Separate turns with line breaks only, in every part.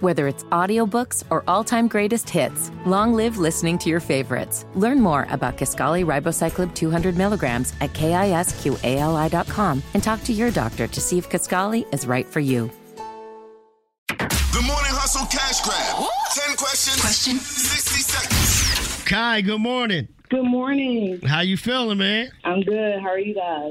Whether it's audiobooks or all-time greatest hits, long live listening to your favorites. Learn more about Kaskali Ribocyclib 200 milligrams at kisqali.com and talk to your doctor to see if Kaskali is right for you.
The Morning Hustle Cash Grab. 10 questions. Question. 60 seconds.
Kai, good morning.
Good morning.
How you feeling, man?
I'm good. How are you guys?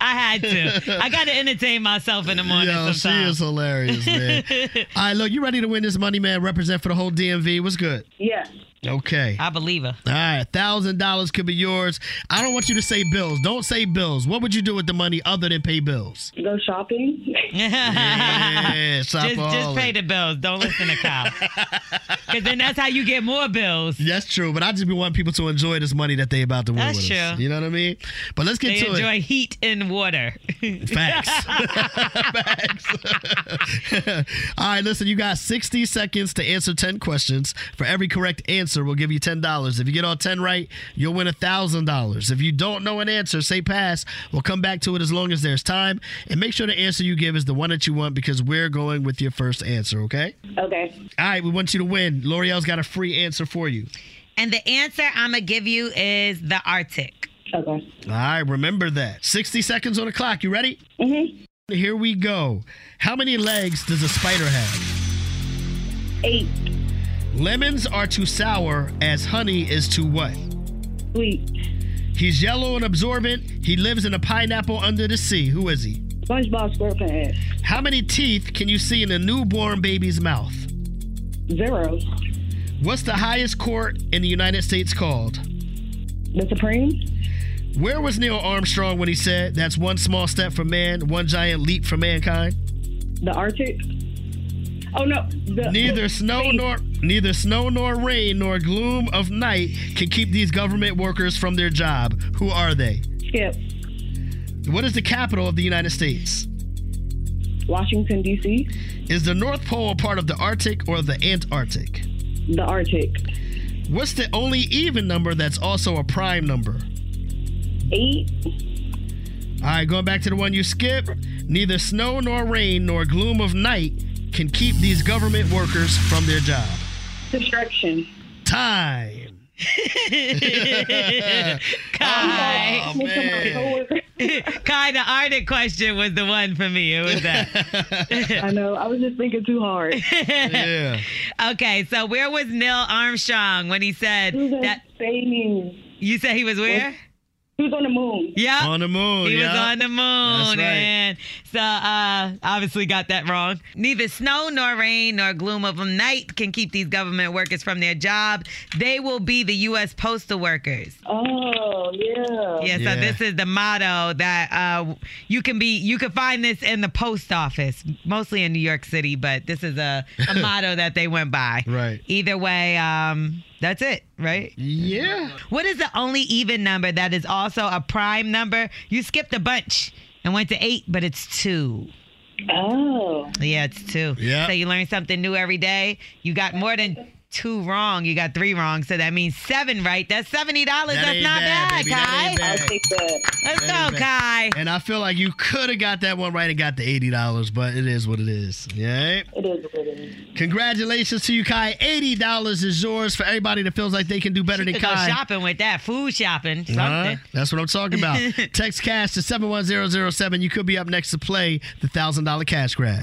I had to. I got to entertain myself in the morning
Yo, she is
sometimes.
hilarious, man. All right, look, you ready to win this money, man? Represent for the whole DMV. What's good?
Yes.
Okay.
I believe her.
All right, thousand dollars could be yours. I don't want you to say bills. Don't say bills. What would you do with the money other than pay bills?
Go shopping.
Yeah,
Just, just
shopaholic.
pay the bills. Don't listen to Kyle. Because then that's how you get more bills.
That's true, but I just be wanting people to enjoy this money that they about to win
That's
with us.
true.
You know what I mean? But let's get
They
to
enjoy heat and water.
it. Facts. Facts. All right, listen, you got 60 seconds to answer 10 questions. For every correct answer, we'll give you $10. If you get all 10 right, you'll win $1,000. If you don't know an answer, say pass. We'll come back to it as long as there's time. And make sure the answer you give is the one that you want because we're going with your first answer, okay?
okay.
All right, we want you to win. L'Oreal's got a free answer for you.
and the answer I'm going to give you is the Arctic.
Okay.
All right, remember that. 60 seconds on the clock. You ready? Mm-hmm. Here we go. How many legs does a spider have?
Eight.
Lemons are too sour as honey is too what?
Sweet.
He's yellow and absorbent. He lives in a pineapple under the sea. Who is he?
SpongeBob SquarePants.
How many teeth can you see in a newborn baby's mouth?
Zero.
What's the highest court in the United States called?
The Supreme.
Where was Neil Armstrong when he said, That's one small step for man, one giant leap for mankind?
The Arctic. Oh no. The,
Neither
the-
snow
space.
nor neither snow nor rain nor gloom of night can keep these government workers from their job. Who are they?
Oh, Skip.
What is the capital of the United States?
Washington D.C.
Is the North Pole a part of the Arctic or the Antarctic?
The Arctic.
What's the only even number that's also a prime number?
Eight.
All right, going back to the one you skipped. Neither snow nor rain nor gloom of night can keep these government workers from their job.
Destruction.
Time.
Kai.
Oh,
Look at my
man.
coworker.
Kai, the Arctic question was the one for me. It was that.
I know. I was just thinking too hard.
Yeah.
okay, so where was Neil Armstrong when he said
Who's in
that?
space?
You said he was where?
Oh,
Who's on the moon?
Yeah.
On the moon.
He was
yeah.
on the moon,
That's right.
man. So, uh, obviously got that wrong. Neither snow nor rain nor gloom of a night can keep these government workers from their job. They will be the U.S. postal workers.
Oh yeah.
Yeah. So
Yeah.
this is the motto that uh, you can be. You can find this in the post office, mostly in New York City, but this is a, a motto that they went by.
Right.
Either way, um, that's it, right?
Yeah.
What is the only even number that is also a prime number? You skipped a bunch and went to eight, but it's two.
Oh.
Yeah, it's two.
Yeah.
So you learn something new every day. You got more than two wrong. You got three wrong. So that means seven, right? That's seventy dollars.
That
That's
ain't
not
bad,
bad,
baby. That ain't
Kai.
bad.
I'll take that.
Let's
That
go,
ain't
Kai.
And I feel like you could have got that one right and got the eighty dollars, but it is what it is. Yeah.
It is what it is.
Congratulations to you, Kai. Eighty dollars is yours for everybody that feels like they can do better
You
than
could go
Kai.
shopping with that food shopping. Something.
Huh? That's what I'm talking about. Text cash to 71007. You could be up next to play the $1,000 cash grab.